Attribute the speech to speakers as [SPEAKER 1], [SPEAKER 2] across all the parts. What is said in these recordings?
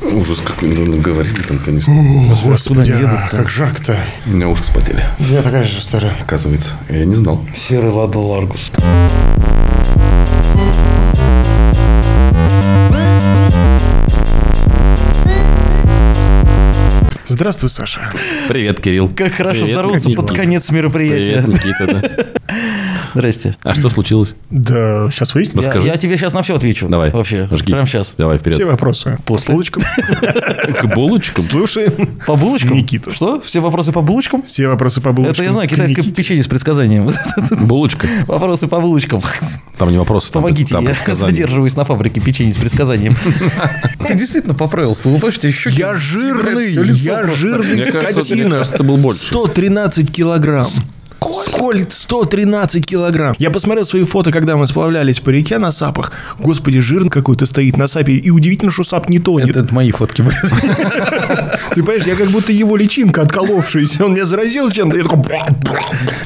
[SPEAKER 1] Ужас какой, ну, говорили там, конечно.
[SPEAKER 2] О,
[SPEAKER 3] Господи,
[SPEAKER 2] Господи, а
[SPEAKER 3] Ну, едут-то?
[SPEAKER 2] как жарко-то.
[SPEAKER 1] У меня уши вспотели,
[SPEAKER 2] У меня такая же история.
[SPEAKER 1] оказывается. Я не знал.
[SPEAKER 4] Серый Лада Ларгус.
[SPEAKER 2] Здравствуй, Саша.
[SPEAKER 5] Привет, Кирилл.
[SPEAKER 4] Как хорошо
[SPEAKER 5] Привет,
[SPEAKER 4] здороваться
[SPEAKER 5] Никита.
[SPEAKER 4] под конец мероприятия.
[SPEAKER 5] Привет, Никита. да.
[SPEAKER 4] Здрасте.
[SPEAKER 5] А что случилось?
[SPEAKER 2] Да, сейчас выясним
[SPEAKER 4] Я-
[SPEAKER 5] Расскажи.
[SPEAKER 4] Я, тебе сейчас на все отвечу.
[SPEAKER 5] Давай.
[SPEAKER 4] Вообще.
[SPEAKER 5] Жги.
[SPEAKER 4] Прям сейчас.
[SPEAKER 5] Давай,
[SPEAKER 2] все
[SPEAKER 5] вперед.
[SPEAKER 2] вопросы.
[SPEAKER 4] После.
[SPEAKER 2] Булочкам.
[SPEAKER 5] К булочкам?
[SPEAKER 2] Слушаем.
[SPEAKER 4] По булочкам?
[SPEAKER 2] Никита.
[SPEAKER 4] Что? Все вопросы по булочкам?
[SPEAKER 2] Все вопросы по булочкам.
[SPEAKER 4] Это я знаю,
[SPEAKER 2] к
[SPEAKER 4] китайское
[SPEAKER 2] Никите.
[SPEAKER 4] печенье с предсказанием.
[SPEAKER 5] Булочка.
[SPEAKER 4] Вопросы по булочкам.
[SPEAKER 5] Там не вопросы, там
[SPEAKER 4] Помогите,
[SPEAKER 5] там
[SPEAKER 4] я
[SPEAKER 5] предсказания.
[SPEAKER 4] задерживаюсь на фабрике печенье с предсказанием. Ты действительно поправился, ты упаешь, тебе щеки
[SPEAKER 3] Я жирный, я жирный
[SPEAKER 1] Мне кажется, мне
[SPEAKER 3] скотина.
[SPEAKER 1] кажется, это был больше.
[SPEAKER 3] 113 килограмм. Сколько? 113 килограмм. Я посмотрел свои фото, когда мы сплавлялись по реке на сапах. Господи, жирный какой-то стоит на сапе. И удивительно, что сап не тонет.
[SPEAKER 4] Это это мои фотки были.
[SPEAKER 3] Ты понимаешь, я как будто его личинка отколовшаяся. Он меня заразил чем-то. Я такой... «Бра, бра».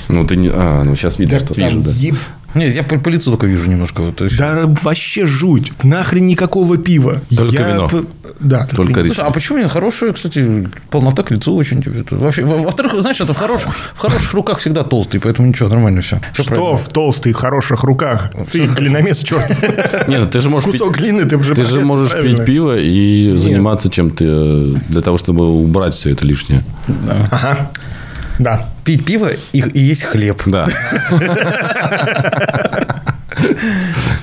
[SPEAKER 1] Ну, ты не... А, ну, сейчас видишь, что
[SPEAKER 3] Там
[SPEAKER 1] вижу, да.
[SPEAKER 3] еб-
[SPEAKER 4] Нет, я по по лицу только вижу немножко. вот, то есть.
[SPEAKER 3] Да вообще жуть. Нахрен никакого пива.
[SPEAKER 5] Только
[SPEAKER 3] Я
[SPEAKER 5] вино.
[SPEAKER 3] п- Да,
[SPEAKER 5] Только
[SPEAKER 3] вино.
[SPEAKER 5] рис.
[SPEAKER 4] Слушай, а почему я хорошая, кстати, полнота к лицу очень тебе. тут. Вообще, во- во-вторых, знаешь, это в, хорош- в хороших руках всегда толстый, поэтому ничего, нормально все.
[SPEAKER 3] Что в толстых, хороших руках? Ты глиномес, черт.
[SPEAKER 4] а
[SPEAKER 5] Не, ну ты же можешь пить...
[SPEAKER 3] Кусок глины ты уже
[SPEAKER 5] Ты же можешь пить пиво и заниматься чем-то э, для того, чтобы убрать все это лишнее.
[SPEAKER 3] Ага. Да.
[SPEAKER 4] Пить пиво и, и есть хлеб.
[SPEAKER 5] Да.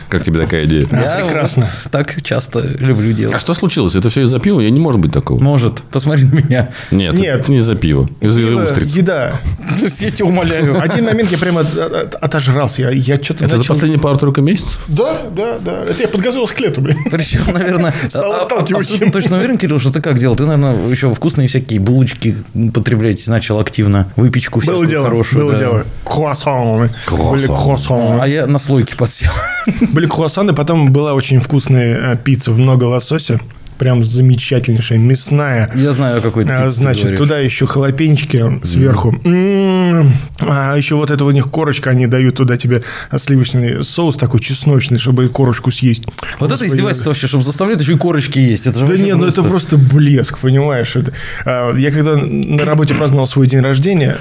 [SPEAKER 5] Как тебе такая идея?
[SPEAKER 4] Я
[SPEAKER 3] прекрасно.
[SPEAKER 4] вот так часто люблю
[SPEAKER 5] А
[SPEAKER 4] делать.
[SPEAKER 5] что случилось? Это все из-за пива? Я не может быть такого.
[SPEAKER 4] Может, посмотри на меня.
[SPEAKER 5] Нет,
[SPEAKER 3] Ну, Нет.
[SPEAKER 5] это не из-за пива. Из-за
[SPEAKER 3] Пиво,
[SPEAKER 5] устриц.
[SPEAKER 3] Э, Еда.
[SPEAKER 4] То есть Я тебя умоляю.
[SPEAKER 3] Один момент я прямо от- от- отожрался. Я, я что-то
[SPEAKER 5] Это за
[SPEAKER 3] начал...
[SPEAKER 5] последние пару-тройку месяцев?
[SPEAKER 3] Да, да, да. Это я подготовился к лету, блин.
[SPEAKER 4] Причем, наверное,
[SPEAKER 3] Стал
[SPEAKER 4] а- а-
[SPEAKER 3] отталкивающим.
[SPEAKER 4] абсолютно точно уверен, Кирилл, что ты как делал? Ты, наверное, еще вкусные всякие булочки потребляете, начал активно выпечку
[SPEAKER 3] Было
[SPEAKER 4] всякую
[SPEAKER 3] дело,
[SPEAKER 4] хорошую.
[SPEAKER 3] было
[SPEAKER 4] да.
[SPEAKER 3] дело. Круассаны. Были круассаны.
[SPEAKER 4] А я на слойки подсел.
[SPEAKER 3] Были круассаны, потом была очень вкусная э, пицца в много лосося. Прям замечательнейшая, мясная.
[SPEAKER 4] Я знаю, о какой
[SPEAKER 3] А,
[SPEAKER 4] ты
[SPEAKER 3] Значит, туда еще халапенчики сверху. М, А еще вот это у них корочка, они дают туда тебе сливочный соус такой чесночный, чтобы и корочку съесть.
[SPEAKER 4] Вот это издевательство вообще, чтобы заставляют еще и корочки есть. Это же
[SPEAKER 3] Да
[SPEAKER 4] вообще
[SPEAKER 3] нет, ну это
[SPEAKER 4] просто-
[SPEAKER 3] просто блеск, понимаешь? Это, а, Я когда на работе праздновал свой день рождения,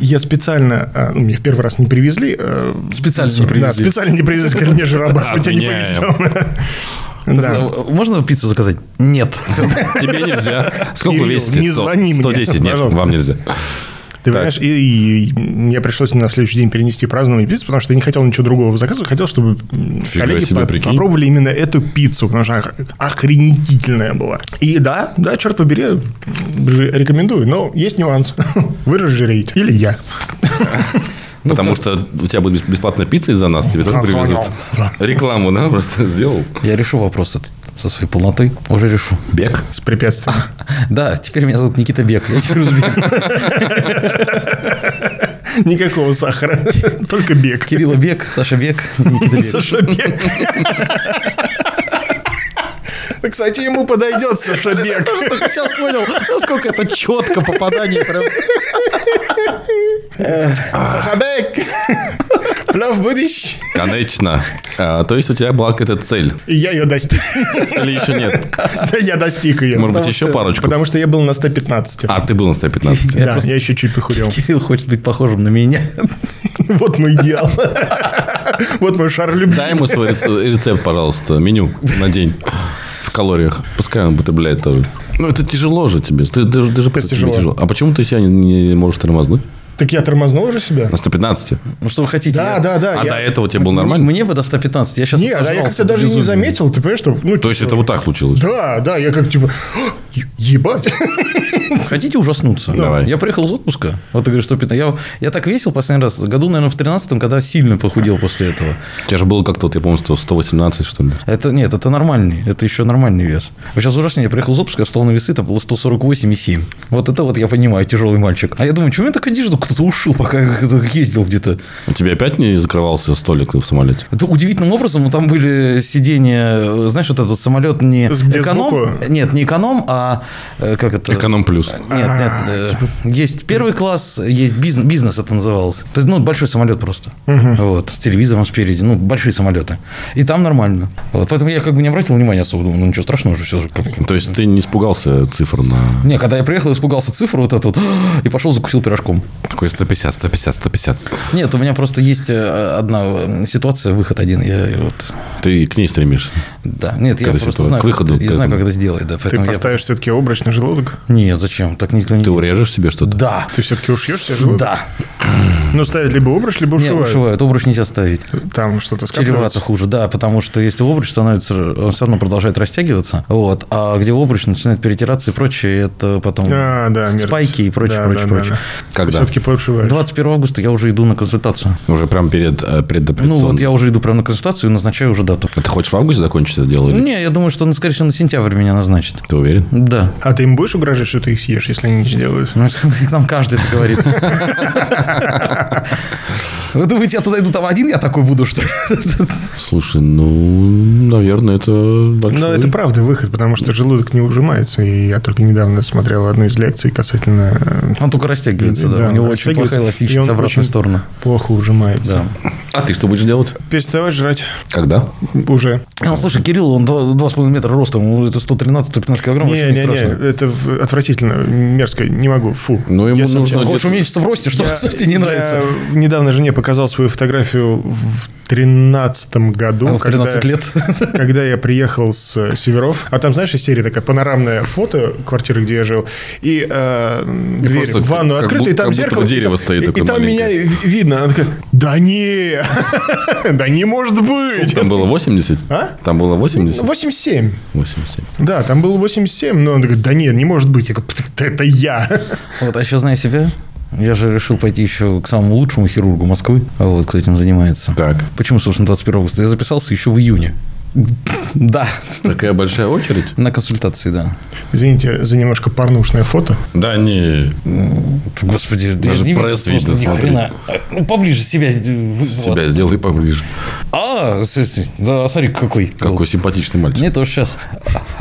[SPEAKER 3] я специально, а, ну, мне в первый раз не привезли. а,
[SPEAKER 4] Специально не
[SPEAKER 3] да,
[SPEAKER 4] привезли.
[SPEAKER 3] специально не привезли, сказали, не жиробас, мы тебя не
[SPEAKER 5] Отменяем.
[SPEAKER 3] повезем. Да.
[SPEAKER 4] Да. Можно пиццу заказать? Нет.
[SPEAKER 5] Тебе нельзя. Сколько
[SPEAKER 3] Кирилл,
[SPEAKER 5] вы весите?
[SPEAKER 3] не
[SPEAKER 5] Сто-
[SPEAKER 3] звони мне,
[SPEAKER 5] 110. Нет,
[SPEAKER 3] пожалуйста.
[SPEAKER 5] вам нельзя.
[SPEAKER 3] Ты понимаешь, и, и мне пришлось на следующий день перенести празднование пиццы, потому что я не хотел ничего другого заказывать, хотел, чтобы м,
[SPEAKER 5] Фига
[SPEAKER 3] коллеги
[SPEAKER 5] себе,
[SPEAKER 3] по-
[SPEAKER 5] прикинь.
[SPEAKER 3] попробовали именно эту пиццу, потому что она ох- охренительная была. И да, да, черт побери, м, ре- рекомендую, но есть нюанс. Вы разжиреете. Или я. Ну
[SPEAKER 5] Потому что у тебя будет бесплатная пицца из-за нас, тебе тоже привезут. Рекламу, да, просто сделал.
[SPEAKER 4] Я решу вопрос этот со своей полнотой. Уже решу.
[SPEAKER 5] Бег.
[SPEAKER 3] С препятствием.
[SPEAKER 4] Да, теперь меня зовут Никита Бек. Я теперь узбек.
[SPEAKER 3] Никакого сахара. Только бег.
[SPEAKER 4] Кирилл Бек, Саша Бек, Никита Бек.
[SPEAKER 3] Саша Бек. Кстати, ему подойдет Саша Бек.
[SPEAKER 4] Только сейчас понял, насколько это четко попадание. Прям.
[SPEAKER 5] А.
[SPEAKER 3] Саша Бек. Плав будешь?
[SPEAKER 5] Конечно. А, то есть у тебя была какая-то цель.
[SPEAKER 3] И я ее достиг.
[SPEAKER 5] Или еще нет?
[SPEAKER 3] Да, я достиг ее.
[SPEAKER 5] Может быть, еще парочку?
[SPEAKER 3] Потому что я был на 115.
[SPEAKER 5] А, ты был на 115.
[SPEAKER 4] Я
[SPEAKER 3] да,
[SPEAKER 4] просто-
[SPEAKER 3] я еще чуть похудел.
[SPEAKER 4] Кирилл хочет быть похожим на меня.
[SPEAKER 3] Вот мой идеал. Вот мой шар любви.
[SPEAKER 5] Дай ему свой рец- рецепт, пожалуйста, меню на день в калориях. Пускай он употребляет тоже. Ну, это тяжело же тебе. Ты, ты же- ты же тебе
[SPEAKER 3] тяжело.
[SPEAKER 5] А почему ты себя не, не можешь тормознуть?
[SPEAKER 3] Так я тормознул уже себя?
[SPEAKER 5] На 115.
[SPEAKER 4] Ну, что вы хотите?
[SPEAKER 3] Да,
[SPEAKER 4] я-
[SPEAKER 3] да, да.
[SPEAKER 5] а
[SPEAKER 3] я-
[SPEAKER 5] до этого тебе было нормально?
[SPEAKER 4] Мне бы до 115, я сейчас
[SPEAKER 3] Не, да, я как-то даже не заметил, ты понимаешь, что... ну,
[SPEAKER 5] То есть
[SPEAKER 3] типа,
[SPEAKER 5] это вот так случилось?
[SPEAKER 3] Да, да, я как типа... «А, е- Ебать!
[SPEAKER 4] Хотите ужаснуться?
[SPEAKER 5] Давай.
[SPEAKER 4] Я приехал из отпуска. Вот ты говоришь, что Я, я так весил последний раз. Году, наверное, в 13 когда сильно похудел после этого.
[SPEAKER 5] У тебя же было как-то, вот я помню, 100 118, что ли?
[SPEAKER 4] Это нет, это нормальный, это еще нормальный вес. Вот сейчас ужаснее, я приехал из отпуска, я встал на весы, там было 148,7. Вот это вот я понимаю, тяжелый мальчик. А я думаю, чего у меня так одежду кто-то ушил, пока я ездил где-то.
[SPEAKER 5] У тебя А опять не закрывался столик в самолете?
[SPEAKER 4] Это удивительным образом, ну, там были сиденья, э, знаешь, вот этот самолет не
[SPEAKER 3] С- где
[SPEAKER 4] эконом,
[SPEAKER 3] сбоку?
[SPEAKER 4] нет, не эконом, а на, э, как это?
[SPEAKER 5] Эконом плюс.
[SPEAKER 4] Нет,
[SPEAKER 3] А,
[SPEAKER 4] нет, э,
[SPEAKER 3] типа.
[SPEAKER 4] есть первый класс, есть бизнес, бизнес это называлось. То есть, ну, большой самолет просто. Вот, с телевизором спереди, ну, большие самолеты. И там нормально. Вот, поэтому я как бы не обратил внимания особо, думал, ну, ничего страшного уже все же. как бы.
[SPEAKER 5] То есть ты не испугался цифр на
[SPEAKER 4] Не, когда я приехал, испугался цифры вот этот, и пошел закусил пирожком.
[SPEAKER 5] такой 150, 150, 150.
[SPEAKER 4] Нет, у меня просто есть э, одна ситуация, выход один, я э, вот,
[SPEAKER 5] Ты к ней стремишься.
[SPEAKER 4] да. Нет, я
[SPEAKER 5] Когда
[SPEAKER 4] просто
[SPEAKER 5] ситуация-
[SPEAKER 4] знаю,
[SPEAKER 5] к
[SPEAKER 4] как
[SPEAKER 5] выходу,
[SPEAKER 4] это- я
[SPEAKER 5] к
[SPEAKER 4] знаю,
[SPEAKER 5] этому.
[SPEAKER 4] как это сделать, да.
[SPEAKER 3] Ты
[SPEAKER 4] поэтому я-
[SPEAKER 3] поставишь все-таки обручный желудок?
[SPEAKER 4] Нет, зачем, так никто не...
[SPEAKER 5] Ты урежешь себе что-то?
[SPEAKER 4] Да,
[SPEAKER 3] Ты все-таки ушьешь себе желудок?
[SPEAKER 4] да. ну,
[SPEAKER 3] Ну, ставят либо обруч, либо
[SPEAKER 4] Не,
[SPEAKER 3] ушивают.
[SPEAKER 4] ушивают, обруч нельзя ставить.
[SPEAKER 3] Там что-то
[SPEAKER 4] Чревато
[SPEAKER 3] скапливается.
[SPEAKER 4] хуже, да, потому что если обруч становится, он все равно продолжает растягиваться, вот, а где обруч начинает перетираться и прочее, это потом
[SPEAKER 3] А, да, мерзость.
[SPEAKER 4] спайки и прочее,
[SPEAKER 3] Да,
[SPEAKER 4] прочее,
[SPEAKER 3] да,
[SPEAKER 4] прочее.
[SPEAKER 5] Когда?
[SPEAKER 3] Все-таки поушиваешь.
[SPEAKER 4] 21 августа я уже иду на консультацию.
[SPEAKER 5] Уже прям перед э,
[SPEAKER 4] Ну,
[SPEAKER 5] предоперационным.
[SPEAKER 4] вот я уже иду прямо на консультацию и назначаю уже дату.
[SPEAKER 5] А ты хочешь в августе закончить это дело? или-
[SPEAKER 4] Не, я думаю, что, ну, скорее всего, на сентябрь меня назначат.
[SPEAKER 5] Ты уверен?
[SPEAKER 4] Да.
[SPEAKER 3] А ты им будешь угрожать, что ты их съешь, если они не сделают?
[SPEAKER 4] Ну, это как нам каждый это говорит. Вы думаете, я туда иду, там один я такой буду, что ли?
[SPEAKER 5] Слушай, ну, наверное, это большой...
[SPEAKER 3] Но это правда выход, потому что желудок не ужимается. И я только недавно смотрел одну из лекций касательно... э,
[SPEAKER 4] Он только растягивается, да.
[SPEAKER 3] Да,
[SPEAKER 4] У него очень
[SPEAKER 3] растягивается,
[SPEAKER 4] плохая эластичность
[SPEAKER 3] и
[SPEAKER 4] в
[SPEAKER 3] он
[SPEAKER 4] обратную
[SPEAKER 3] очень-
[SPEAKER 4] сторону.
[SPEAKER 3] Плохо ужимается.
[SPEAKER 4] Да.
[SPEAKER 5] А ты что будешь делать?
[SPEAKER 3] Переставать жрать
[SPEAKER 5] Когда?
[SPEAKER 3] уже.
[SPEAKER 4] А, слушай, Кирилл, он 2,5 метра ростом, ему это 113-115 килограмм, вообще не, страшно.
[SPEAKER 3] это в- отвратительно, мерзко, не могу, фу.
[SPEAKER 5] Ну, ему
[SPEAKER 3] Я
[SPEAKER 5] нужно
[SPEAKER 3] сам
[SPEAKER 4] Он
[SPEAKER 5] где-то-
[SPEAKER 4] Хочешь уменьшиться в росте, что
[SPEAKER 3] Я-
[SPEAKER 4] тебе не нравится?
[SPEAKER 3] Я недавно жене показал свою фотографию в тринадцатом году.
[SPEAKER 4] Он в 13 лет.
[SPEAKER 3] Когда я приехал с Северов. А там, знаешь, из серии такая панорамное фото квартиры, где я жил. И э, дверь
[SPEAKER 5] просто
[SPEAKER 3] в ванну
[SPEAKER 5] как
[SPEAKER 3] открыта, и
[SPEAKER 5] бу- как
[SPEAKER 3] там
[SPEAKER 5] будто
[SPEAKER 3] зеркало.
[SPEAKER 5] дерево
[SPEAKER 3] и там-
[SPEAKER 5] стоит
[SPEAKER 3] и-
[SPEAKER 5] такое
[SPEAKER 3] И там меня
[SPEAKER 5] маленькое.
[SPEAKER 3] и видно. Она такая, да не, да не может быть.
[SPEAKER 5] Там было 80?
[SPEAKER 3] А?
[SPEAKER 5] Там было 80?
[SPEAKER 3] 87.
[SPEAKER 5] 87.
[SPEAKER 3] Да, там было 87, но он такой, да нет, не может быть. Я говорю, «Это- это я.
[SPEAKER 4] Вот, а еще знаю себя. Я же решил пойти еще к самому лучшему хирургу Москвы, а вот, кто этим занимается.
[SPEAKER 5] Так.
[SPEAKER 4] Почему, собственно, 21 августа? Я записался еще в июне. Да,
[SPEAKER 5] Такая большая очередь?
[SPEAKER 4] на консультации, да.
[SPEAKER 3] Извините за немножко порнушное фото.
[SPEAKER 5] Да не,
[SPEAKER 4] Господи,
[SPEAKER 5] Даже
[SPEAKER 4] я не вижу
[SPEAKER 5] пресс
[SPEAKER 4] просто
[SPEAKER 5] видно,
[SPEAKER 4] ни
[SPEAKER 5] смотри.
[SPEAKER 4] хрена. А, Ну, поближе себя. с- вы- вот.
[SPEAKER 5] себя сделай поближе.
[SPEAKER 4] А, с- с- да, смотри, какой.
[SPEAKER 5] Какой симпатичный мальчик.
[SPEAKER 4] Мне тоже сейчас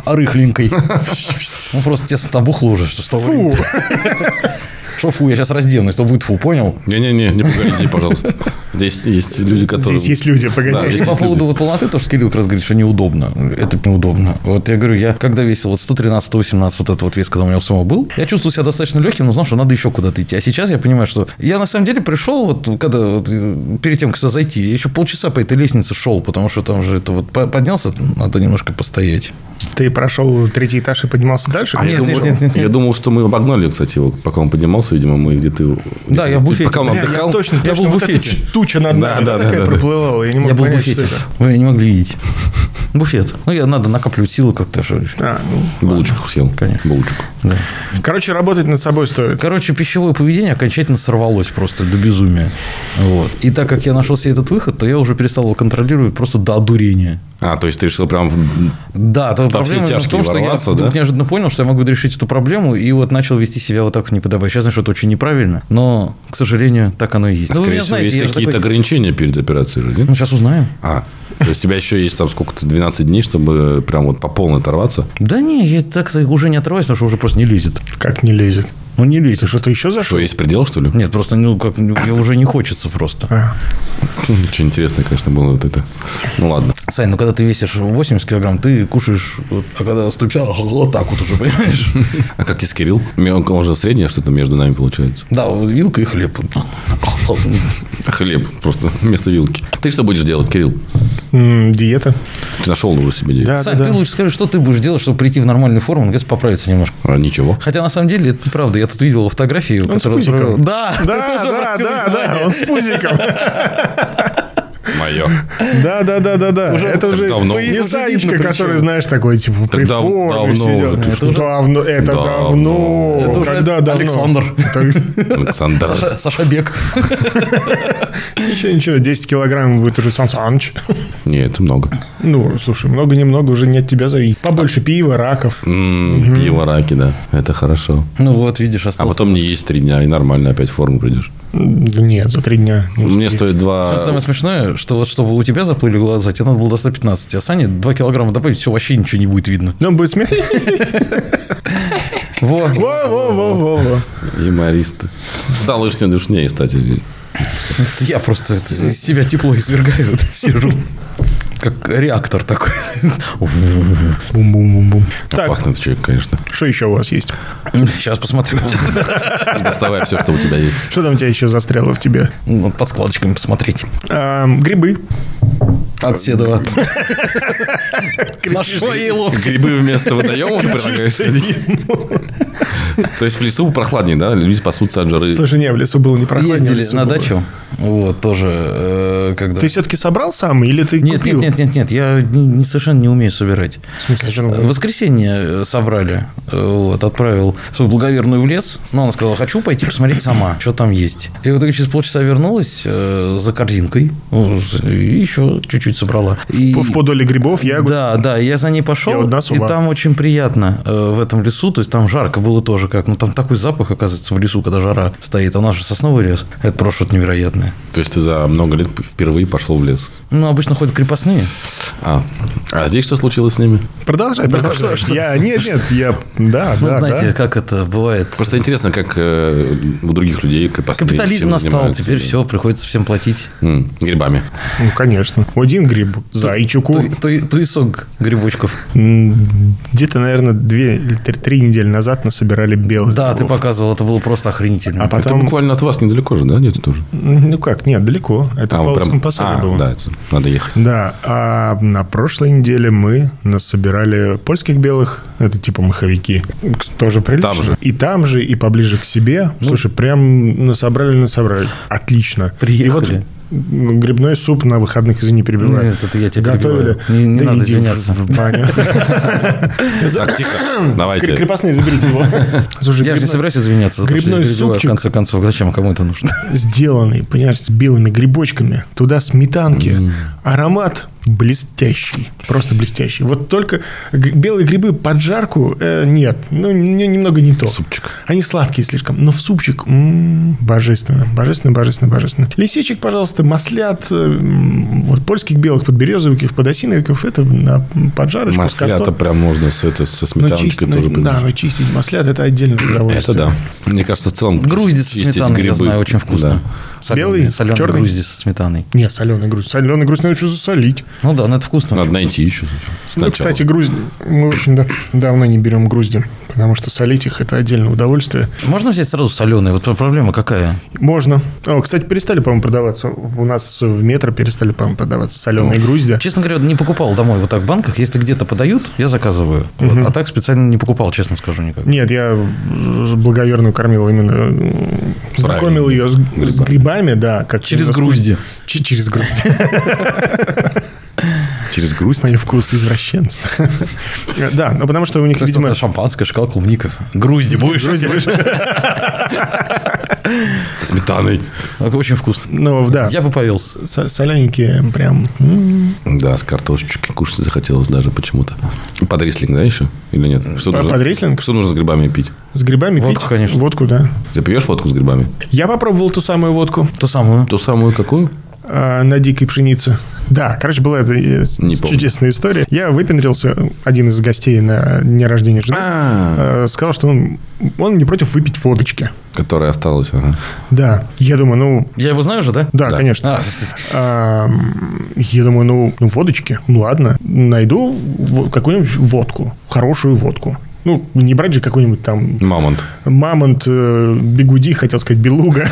[SPEAKER 4] рыхленькой. Ну, просто тесно набухло уже, что стало рыхло. Что фу, я сейчас разденусь, то будет фу, понял?
[SPEAKER 5] Не-не-не, не погодите, пожалуйста. Здесь есть люди, которые...
[SPEAKER 3] Здесь есть люди, погоди.
[SPEAKER 5] Да, здесь есть
[SPEAKER 4] По
[SPEAKER 5] люди.
[SPEAKER 4] поводу вот полноты, то, что Кирилл как раз говорит, что неудобно. Это неудобно. Вот я говорю, я когда весил вот 113-118, вот этот вот вес, когда у меня у самого был, я чувствовал себя достаточно легким, но знал, что надо еще куда-то идти. А сейчас я понимаю, что я на самом деле пришел, вот когда вот, э, перед тем, как сюда зайти, я еще полчаса по этой лестнице шел, потому что там же это вот по- поднялся, надо немножко постоять.
[SPEAKER 3] Ты прошел третий этаж и поднимался дальше?
[SPEAKER 4] А, нет,
[SPEAKER 3] думал,
[SPEAKER 4] нет, нет, нет,
[SPEAKER 5] Я
[SPEAKER 4] нет.
[SPEAKER 5] думал, что мы обогнали, кстати, его, пока он поднимался, видимо, мы где-то...
[SPEAKER 4] Да, я в буфете.
[SPEAKER 5] Пока он
[SPEAKER 4] Бля, я
[SPEAKER 5] отдыхал.
[SPEAKER 3] Точно,
[SPEAKER 4] Я
[SPEAKER 3] точно,
[SPEAKER 4] был в
[SPEAKER 3] вот эта
[SPEAKER 4] буфете.
[SPEAKER 3] ч- туча над
[SPEAKER 5] Да,
[SPEAKER 3] нами
[SPEAKER 5] да, да,
[SPEAKER 3] она такая
[SPEAKER 5] да, да.
[SPEAKER 3] проплывала. Я не мог
[SPEAKER 4] Я был в
[SPEAKER 3] понять, что
[SPEAKER 4] буфете.
[SPEAKER 3] это.
[SPEAKER 4] Вы меня не могли видеть. Буфет. Ну, я надо накапливать силы как-то. что ли.
[SPEAKER 3] А, ну.
[SPEAKER 5] Булочку съел.
[SPEAKER 4] Конечно.
[SPEAKER 5] Булочку.
[SPEAKER 3] Короче, работать над собой стоит.
[SPEAKER 4] Короче, пищевое поведение окончательно сорвалось просто до безумия. Вот. И так как я нашел себе этот выход, то я уже перестал его контролировать просто до одурения.
[SPEAKER 5] А, то есть ты решил прям... в-
[SPEAKER 4] Да,
[SPEAKER 5] Там
[SPEAKER 4] то
[SPEAKER 5] все
[SPEAKER 4] проблема именно в
[SPEAKER 5] тяжкие
[SPEAKER 4] том, что я
[SPEAKER 5] ворваться,
[SPEAKER 4] вдруг
[SPEAKER 5] да?
[SPEAKER 4] неожиданно понял, что я могу решить эту проблему, и вот начал вести себя вот так неподобающе. Сейчас знаю, что это очень неправильно, но, к сожалению, так оно и есть. Ну,
[SPEAKER 5] А,
[SPEAKER 4] вы
[SPEAKER 5] Скорее
[SPEAKER 4] меня
[SPEAKER 5] всего,
[SPEAKER 4] знаете,
[SPEAKER 5] есть
[SPEAKER 4] я же
[SPEAKER 5] какие-то
[SPEAKER 4] такой-
[SPEAKER 5] ограничения перед операцией же, нет?
[SPEAKER 4] Ну, сейчас узнаем.
[SPEAKER 5] А, то есть у тебя еще есть там сколько-то, 12 дней, чтобы прям вот по полной оторваться?
[SPEAKER 4] Да не, я так уже не отрываюсь, потому что уже просто не лезет.
[SPEAKER 3] Как не лезет?
[SPEAKER 4] Ну, не
[SPEAKER 3] Ты
[SPEAKER 4] лезет.
[SPEAKER 3] что-то еще
[SPEAKER 5] Что,
[SPEAKER 3] зашел?
[SPEAKER 5] есть предел, что ли?
[SPEAKER 4] Нет, просто ну, как, ну, я уже не хочется просто.
[SPEAKER 3] А,
[SPEAKER 5] Очень интересно, конечно, было вот это. Ну, ладно.
[SPEAKER 4] Сань, ну когда ты весишь 80 килограмм, ты кушаешь, вот, а когда 150, вот так вот уже, понимаешь?
[SPEAKER 5] А как из Кирилл? Ме- Он он же среднее что-то между нами получается.
[SPEAKER 4] Да, вот вилка и хлеб.
[SPEAKER 5] Хлеб просто вместо вилки. Ты что будешь делать, Кирилл?
[SPEAKER 3] М, диета.
[SPEAKER 5] Ты нашел уже себе идею?
[SPEAKER 3] Да,
[SPEAKER 4] Сань,
[SPEAKER 3] да,
[SPEAKER 4] ты
[SPEAKER 3] да.
[SPEAKER 4] лучше скажи, что ты будешь делать, чтобы прийти в нормальную форму, наконец поправиться немножко.
[SPEAKER 5] А, ничего.
[SPEAKER 4] Хотя на самом деле это неправда. Я тут видел фотографии,
[SPEAKER 3] Он Ну, с
[SPEAKER 4] которую
[SPEAKER 3] пузиком.
[SPEAKER 4] отправил- Да, ты
[SPEAKER 3] Да,
[SPEAKER 4] тоже
[SPEAKER 3] да,
[SPEAKER 4] обратил
[SPEAKER 3] да,
[SPEAKER 4] внимание.
[SPEAKER 3] да, он с пузиком.
[SPEAKER 5] Мое.
[SPEAKER 3] Да, да, да, да, да. Это уже
[SPEAKER 5] давно.
[SPEAKER 3] не
[SPEAKER 4] Уже
[SPEAKER 3] Санечка,
[SPEAKER 4] видно причем.
[SPEAKER 3] который, знаешь, такой, типа, при
[SPEAKER 5] дав-
[SPEAKER 3] форме
[SPEAKER 5] давно
[SPEAKER 3] сидел.
[SPEAKER 5] уже, ты
[SPEAKER 3] Это Давно, это
[SPEAKER 5] Давно.
[SPEAKER 3] давно.
[SPEAKER 4] Это уже
[SPEAKER 3] Когда давно?
[SPEAKER 4] Александр.
[SPEAKER 3] Так,
[SPEAKER 5] Александр.
[SPEAKER 4] Саша, Саша Бек.
[SPEAKER 3] Ничего, ничего, 10 килограмм будет уже Сан Саныч.
[SPEAKER 5] Не, это много.
[SPEAKER 3] Ну, слушай, много-немного уже не от тебя зависит. Побольше пива, раков.
[SPEAKER 5] М, Пиво, раки, да. Это хорошо.
[SPEAKER 4] Ну вот, видишь,
[SPEAKER 5] А
[SPEAKER 4] остался.
[SPEAKER 5] потом не есть три дня, и нормально опять в форму придешь.
[SPEAKER 3] Да нет, за три дня.
[SPEAKER 4] Ну,
[SPEAKER 5] Мне стоит два...
[SPEAKER 4] Причем самое смешное, что вот чтобы у тебя заплыли глаза, тебе надо было до 115, а Сане 2 килограмма добавить, все, вообще ничего не будет видно.
[SPEAKER 3] Ну, будет смешно.
[SPEAKER 4] Во.
[SPEAKER 3] Во-во-во-во-во.
[SPEAKER 5] Юмористы. Стало лишнее душнее, кстати.
[SPEAKER 4] Я просто это, из себя тепло извергаю, вот сижу. Как реактор такой.
[SPEAKER 3] Бум-бум-бум-бум. Так,
[SPEAKER 5] Опасный этот человек, конечно.
[SPEAKER 3] что еще у вас есть?
[SPEAKER 4] Сейчас посмотрю.
[SPEAKER 5] Доставай все, что у тебя есть.
[SPEAKER 3] Что там у тебя еще застряло в тебе?
[SPEAKER 4] Ну, Под складочками посмотреть.
[SPEAKER 3] Ам, Грибы.
[SPEAKER 4] От Седова. На шее лодки.
[SPEAKER 5] Грибы вместо водоемов ты предлагаешь ходить? То есть в лесу прохладнее, да? Люди спасутся от жары.
[SPEAKER 3] Слушай, не, в лесу было не прохладнее. в
[SPEAKER 4] Ездили
[SPEAKER 3] лесу
[SPEAKER 4] на
[SPEAKER 3] было.
[SPEAKER 4] дачу. Вот, тоже. э, когда...
[SPEAKER 3] Ты все-таки собрал сам или ты
[SPEAKER 4] Нет, нет,
[SPEAKER 3] купил?
[SPEAKER 4] нет, нет, нет, я не- не- совершенно не умею собирать.
[SPEAKER 3] В смысле, а что
[SPEAKER 4] В
[SPEAKER 3] там-
[SPEAKER 4] воскресенье э, собрали, э, вот, отправил свою благоверную в лес, но она сказала, хочу пойти посмотреть сама, что там есть. И вот через полчаса вернулась э, за корзинкой, ну, с- и еще чуть-чуть собрала. Ну, И...
[SPEAKER 3] В подоле грибов я...
[SPEAKER 4] Да, да, я за ней
[SPEAKER 3] Я
[SPEAKER 4] пошел,
[SPEAKER 3] вот до
[SPEAKER 4] и
[SPEAKER 3] Сула.
[SPEAKER 4] там очень приятно э, в этом лесу, то есть там жарко было тоже как, ну там такой запах оказывается в лесу, когда жара стоит, а у нас же сосновый лес, это просто что-то невероятное.
[SPEAKER 5] То есть ты за много лет впервые пошел в лес.
[SPEAKER 4] Ну, обычно ходят крепостные,
[SPEAKER 5] А, а здесь что случилось с ними?
[SPEAKER 3] Продолжай, продолжай. Я... Нет, нет, я... Да,
[SPEAKER 4] ну,
[SPEAKER 3] да,
[SPEAKER 4] знаете,
[SPEAKER 3] да.
[SPEAKER 4] как это бывает.
[SPEAKER 5] Просто интересно, как э, у других людей крепостные
[SPEAKER 4] Капитализм
[SPEAKER 5] чем
[SPEAKER 4] настал,
[SPEAKER 5] занимаются.
[SPEAKER 4] теперь все, приходится всем платить.
[SPEAKER 5] М, Грибами.
[SPEAKER 3] Ну, конечно. Один гриб
[SPEAKER 4] Ту-
[SPEAKER 3] зайчику.
[SPEAKER 4] ту- Туесок грибочков.
[SPEAKER 3] М, Где-то, наверное, две или три- три недели назад насобирали белых
[SPEAKER 4] Да, ты
[SPEAKER 3] грибов.
[SPEAKER 4] показывал, это было просто охренительно.
[SPEAKER 3] А
[SPEAKER 5] Это
[SPEAKER 3] потом...
[SPEAKER 5] буквально от вас недалеко же, да? Нет, тоже.
[SPEAKER 3] Ну как, нет, далеко. Это
[SPEAKER 5] А,
[SPEAKER 3] в
[SPEAKER 5] вы
[SPEAKER 3] Павловском
[SPEAKER 5] прям-
[SPEAKER 3] посаде
[SPEAKER 5] А,
[SPEAKER 3] было.
[SPEAKER 5] да, это надо ехать.
[SPEAKER 3] Да, а на прошлой неделе мы насобирали польских белых, это типа маховики, К- тоже прилично.
[SPEAKER 5] Там же.
[SPEAKER 3] И там же, и поближе к себе.
[SPEAKER 4] Ну.
[SPEAKER 3] Слушай, прям насобрали, насобрали. Отлично.
[SPEAKER 4] Приехали.
[SPEAKER 3] И вот м, грибной суп на выходных, извини, перебиваю.
[SPEAKER 4] Нет, это я тебя
[SPEAKER 3] Готовили.
[SPEAKER 4] перебиваю. Не- не
[SPEAKER 3] Да
[SPEAKER 4] надо
[SPEAKER 3] иди в-
[SPEAKER 4] извиняться.
[SPEAKER 3] в баню.
[SPEAKER 5] Так, тихо.
[SPEAKER 3] Кре-
[SPEAKER 5] Давайте.
[SPEAKER 3] Крепостные, заберите его. Слушай,
[SPEAKER 4] Я же не
[SPEAKER 3] грибной-
[SPEAKER 4] собираюсь извиняться за то, что я
[SPEAKER 3] грибной
[SPEAKER 4] перебиваю, в
[SPEAKER 3] супчик.
[SPEAKER 4] конце концов. Зачем кому это нужно?
[SPEAKER 3] сделанный, понимаешь, с белыми грибочками, туда сметанки, аромат блестящий, просто блестящий. Вот только г- белые грибы под жарку э, нет, ну не- немного не то. Супчик. Они сладкие слишком, но в супчик м, божественно, божественно, божественно, божественно. Лисичек, пожалуйста, маслят, э, м, вот польских белых подберезовиков, подосиновиков, это на поджарочку с
[SPEAKER 5] Маслята
[SPEAKER 3] картофелем.
[SPEAKER 5] а прям можно с, это, со
[SPEAKER 3] Но
[SPEAKER 5] сметаночкой
[SPEAKER 3] чистить, ну,
[SPEAKER 5] тоже
[SPEAKER 3] да,
[SPEAKER 5] поменять.
[SPEAKER 3] но чистить маслят это отдельное удовольствие.
[SPEAKER 5] Это да. Мне кажется, в целом...
[SPEAKER 4] Груздис со
[SPEAKER 5] чистить
[SPEAKER 4] сметаной, я
[SPEAKER 5] грибы-
[SPEAKER 4] знаю, очень вкусно.
[SPEAKER 3] Белый?
[SPEAKER 4] Соленый
[SPEAKER 3] Черный?
[SPEAKER 4] груздис со сметаной.
[SPEAKER 3] Не, соленый грудь. Соленый грудь надо что засолить.
[SPEAKER 4] Ну да, ну это вкусно.
[SPEAKER 5] Да. Надо
[SPEAKER 4] очень.
[SPEAKER 5] найти еще.
[SPEAKER 3] Ну, кстати, грузди. Мы очень да- давно не берем грузди, потому что солить их это отдельное удовольствие.
[SPEAKER 4] Можно взять сразу соленый? Вот проблема какая?
[SPEAKER 3] Можно. О, кстати, перестали, по-моему, продаваться. У нас в метро перестали, по-моему, продаваться соленые грузди.
[SPEAKER 4] Честно говоря, не покупал домой вот так в банках. Если где-то подают, я заказываю. Вот, А так специально не покупал, честно скажу никак.
[SPEAKER 3] Нет, я э, благоверную кормил именно. э, Знакомил ее с, с грибами, да. Как
[SPEAKER 4] Через
[SPEAKER 3] вкус-
[SPEAKER 4] грузди.
[SPEAKER 3] Ч- через грузди.
[SPEAKER 5] через грусть.
[SPEAKER 3] Мои вкусы извращенцев. Да, ну потому что у них,
[SPEAKER 4] То есть
[SPEAKER 3] видимо...
[SPEAKER 4] это шампанское, шоколад, клубника. Грузди будешь?
[SPEAKER 5] Со сметаной.
[SPEAKER 4] Очень вкусно.
[SPEAKER 3] Ну, да.
[SPEAKER 4] Я бы повелся.
[SPEAKER 3] со- Солененькие прям... м.
[SPEAKER 5] Да, с картошечкой кушать захотелось даже почему-то. Под рислинг, да, еще? Или нет? Что
[SPEAKER 3] Под
[SPEAKER 5] нужно-
[SPEAKER 3] рислинг?
[SPEAKER 5] Что нужно с грибами пить?
[SPEAKER 3] С грибами
[SPEAKER 4] Водку,
[SPEAKER 3] пить?
[SPEAKER 4] конечно.
[SPEAKER 3] Водку, да.
[SPEAKER 5] Ты пьешь водку с грибами?
[SPEAKER 3] Я попробовал ту самую водку.
[SPEAKER 4] То самое.
[SPEAKER 5] Ту самую какую?
[SPEAKER 3] а, на дикой пшенице. Да, короче, была эта э, с-
[SPEAKER 5] Не помню.
[SPEAKER 3] чудесная история. Я выпендрился, один из гостей на дне рождения жены, э, сказал, что он, он не против выпить водочки.
[SPEAKER 5] Которая осталась, ага.
[SPEAKER 3] Да, я думаю, ну,
[SPEAKER 4] Я его знаю уже, да?
[SPEAKER 3] да, конечно.
[SPEAKER 4] А,
[SPEAKER 3] Ам, я думаю, ну, ну, водочки, ну ладно, найду во- какую-нибудь водку, хорошую водку. Ну, не брать же какой-нибудь там
[SPEAKER 5] Мамонт.
[SPEAKER 3] Мамонт, э, бигуди, хотел сказать, белуга.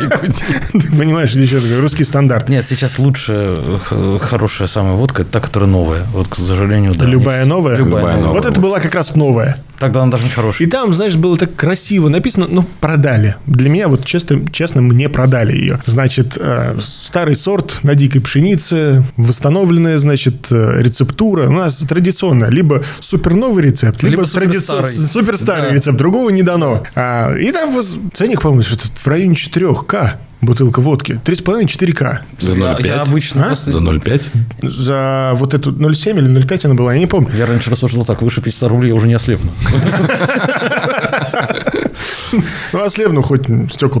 [SPEAKER 3] Ты понимаешь, или еще такой русский стандарт.
[SPEAKER 4] Нет, сейчас лучше х- хорошая самая водка, это та, которая новая. Вот, к сожалению, да.
[SPEAKER 3] Любая
[SPEAKER 4] Нет.
[SPEAKER 3] новая?
[SPEAKER 4] Любая,
[SPEAKER 5] Любая
[SPEAKER 4] новая.
[SPEAKER 5] новая.
[SPEAKER 3] Вот это была как раз новая.
[SPEAKER 4] Тогда она даже не
[SPEAKER 3] И
[SPEAKER 4] хорошая.
[SPEAKER 3] там, знаешь, было так красиво написано, ну, продали. Для меня, вот честно, честно мне продали ее. Значит, э, старый сорт на дикой пшенице, восстановленная, значит, э, рецептура. У нас традиционно либо суперновый рецепт, либо,
[SPEAKER 4] Либо
[SPEAKER 3] традицион-
[SPEAKER 4] суперстарый.
[SPEAKER 3] суперстарый
[SPEAKER 4] Да.
[SPEAKER 3] рецепт, другого не дано. А, и там воз- ценник, по-моему, что-то в районе 4К бутылка водки. 3,5-4К.
[SPEAKER 5] За
[SPEAKER 4] Я,
[SPEAKER 5] 0,5?
[SPEAKER 4] я обычно
[SPEAKER 3] А?
[SPEAKER 4] просто-
[SPEAKER 5] За 0,5?
[SPEAKER 3] За вот эту 0,7 или 0,5 она была, я не помню.
[SPEAKER 4] Я раньше рассуждал так, выше 500 рублей я уже не ослепну.
[SPEAKER 3] Ну, ослепну, хоть стекла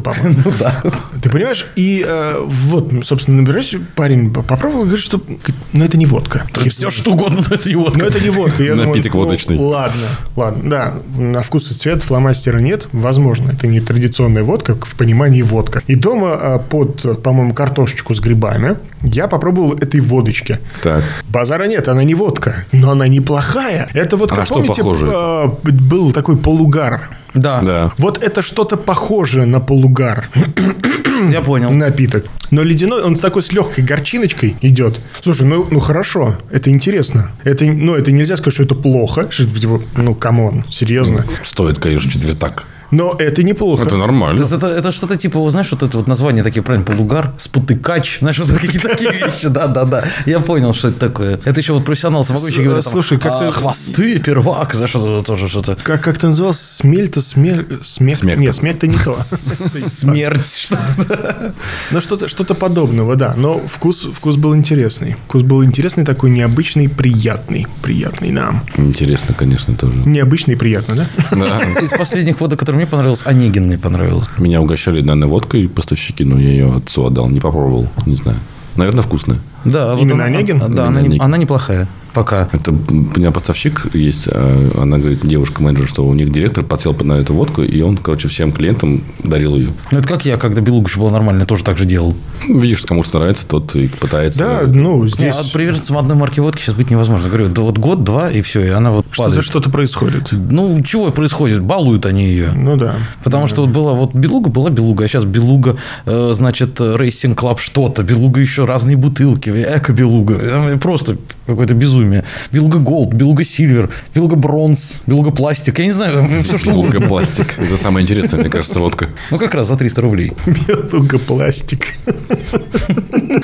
[SPEAKER 3] помою. Ну, да. Ты понимаешь? И э, вот, собственно, набираешь, парень попробовал, говорит, что... говорит, Ну, это не водка. Я
[SPEAKER 4] Все что угодно, но это не водка.
[SPEAKER 3] Ну, это не водка. Я думаю,
[SPEAKER 5] Напиток
[SPEAKER 3] ну,
[SPEAKER 5] водочный.
[SPEAKER 3] ладно, ладно. Да, на вкус и цвет фломастера нет. Возможно, это не традиционная водка в понимании водка. И дома а, под, э, по-моему, картошечку с грибами я попробовал этой водочки.
[SPEAKER 5] Так.
[SPEAKER 3] Базара нет, она не водка, но она неплохая. Это вот,
[SPEAKER 5] А
[SPEAKER 3] как
[SPEAKER 5] на что
[SPEAKER 3] помните,
[SPEAKER 5] похоже?
[SPEAKER 3] э, был такой полугар.
[SPEAKER 4] Да,
[SPEAKER 5] Да.
[SPEAKER 3] Вот это что-то похожее на полугар
[SPEAKER 4] я понял.
[SPEAKER 3] напиток. Но ледяной, он с такой с легкой горчиночкой идет. Слушай, ну, ну хорошо, это интересно. Это, ну, это нельзя сказать, что это плохо. Что, типа, ну, камон, серьезно.
[SPEAKER 5] Стоит, конечно, четвертак.
[SPEAKER 3] Но это неплохо.
[SPEAKER 5] Ну. Это
[SPEAKER 4] То
[SPEAKER 5] нормально.
[SPEAKER 4] есть это, это что-то типа, вот знаешь, вот это вот название такие, правильно, полугар, спотыкач, знаешь, вот какие-то такие вещи, да-да-да. Я понял, что это такое. Это еще вот профессионал самогонщики говорят, там,
[SPEAKER 3] э, слушай, как-то-
[SPEAKER 4] «А, хвосты, первак, знаешь, что-то тоже что-то.
[SPEAKER 3] Как, как ты называл? Смель-то смель... Смех...
[SPEAKER 5] Смерк.
[SPEAKER 3] Нет, смерть-то не то.
[SPEAKER 4] Смерть, что-то.
[SPEAKER 3] Но что-то что подобного, да. Но вкус, вкус был интересный. Вкус был интересный, такой необычный, приятный. Приятный, да.
[SPEAKER 5] Интересно, конечно, тоже.
[SPEAKER 3] Необычный и приятно, да?
[SPEAKER 5] Да.
[SPEAKER 4] Из последних водок, который мне понравился, Онегин мне понравился.
[SPEAKER 5] Меня угощали данной водкой поставщики, но я ее отцу отдал. Не попробовал. Не знаю. Наверное, вкусная.
[SPEAKER 4] Да, вот
[SPEAKER 3] Именно
[SPEAKER 4] она- а,
[SPEAKER 3] Онегин?
[SPEAKER 4] Да, она,
[SPEAKER 5] Именно
[SPEAKER 4] не-
[SPEAKER 5] Онегин.
[SPEAKER 4] она неплохая пока.
[SPEAKER 5] Это м, у меня поставщик есть, а, она говорит, девушка-менеджер, что у них директор подсел на эту водку, и он, короче, всем клиентам дарил ее.
[SPEAKER 4] Ну, это как я, когда Белуга еще была нормальная, тоже так же делал.
[SPEAKER 5] Ну, Видишь, кому что нравится, тот и пытается.
[SPEAKER 3] Да, ну,
[SPEAKER 4] Не,
[SPEAKER 3] здесь...
[SPEAKER 4] а приверженцем одной марки водки сейчас быть невозможно. Говорю, да вот год-два, и все, и она вот
[SPEAKER 3] Что-то
[SPEAKER 4] падает.
[SPEAKER 3] что-то происходит.
[SPEAKER 4] Ну, чего происходит? Балуют они ее.
[SPEAKER 3] Ну да.
[SPEAKER 4] Потому что вот была вот Белуга, была Белуга, а сейчас Белуга, э, значит, э, Рейсинг Клаб что-то, Белуга еще разные бутылки, Эко-Белуга, Э, просто какое-то безумие. Белуга Голд, Белуга Сильвер, Белуга Бронз, Белуга Пластик, я не знаю, все что угодно.
[SPEAKER 5] пластик. Это самое интересное, мне кажется, водка.
[SPEAKER 4] Ну, как раз за 300 рублей.
[SPEAKER 3] Белуга пластик.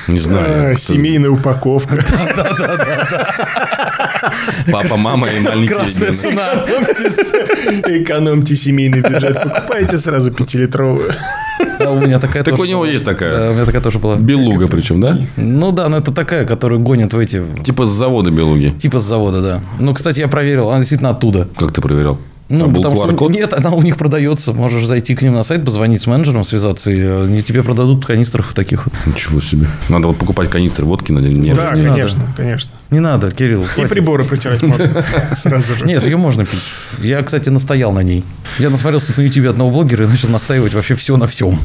[SPEAKER 5] Не знаю.
[SPEAKER 3] А,
[SPEAKER 5] как-то
[SPEAKER 3] Семейная упаковка.
[SPEAKER 5] Папа, мама и маленькие
[SPEAKER 4] Красная
[SPEAKER 5] ребенок.
[SPEAKER 4] цена.
[SPEAKER 3] Экономьте семейный бюджет. Покупайте сразу пятилитровую.
[SPEAKER 4] Да, у меня такая
[SPEAKER 5] Так
[SPEAKER 4] тоже
[SPEAKER 5] у него
[SPEAKER 4] была.
[SPEAKER 5] есть
[SPEAKER 4] Да,
[SPEAKER 5] такая.
[SPEAKER 4] у меня такая тоже была.
[SPEAKER 5] Белуга причем, да?
[SPEAKER 4] Ну да, но это такая, которую гонят в эти...
[SPEAKER 5] Типа с завода белуги.
[SPEAKER 4] Типа с завода, да. Ну, кстати, я проверил, она действительно оттуда.
[SPEAKER 5] Как ты проверял?
[SPEAKER 4] Ну,
[SPEAKER 5] Там А был
[SPEAKER 4] потому что
[SPEAKER 5] QR-код?
[SPEAKER 4] нет, она у них продается. Можешь зайти к ним на сайт, позвонить с менеджером, связаться, и э, они тебе продадут в канистрах таких.
[SPEAKER 5] Ничего себе. Надо вот покупать канистры водки на день. Нет.
[SPEAKER 3] Да,
[SPEAKER 4] не надо.
[SPEAKER 3] конечно, конечно.
[SPEAKER 4] Не надо, Кирилл,
[SPEAKER 3] И
[SPEAKER 4] хватит.
[SPEAKER 3] приборы протирать можно сразу же.
[SPEAKER 4] Нет, ее можно пить. Я, кстати, настоял на ней. Я насмотрелся тут на YouTube одного блогера и начал настаивать вообще все на всем.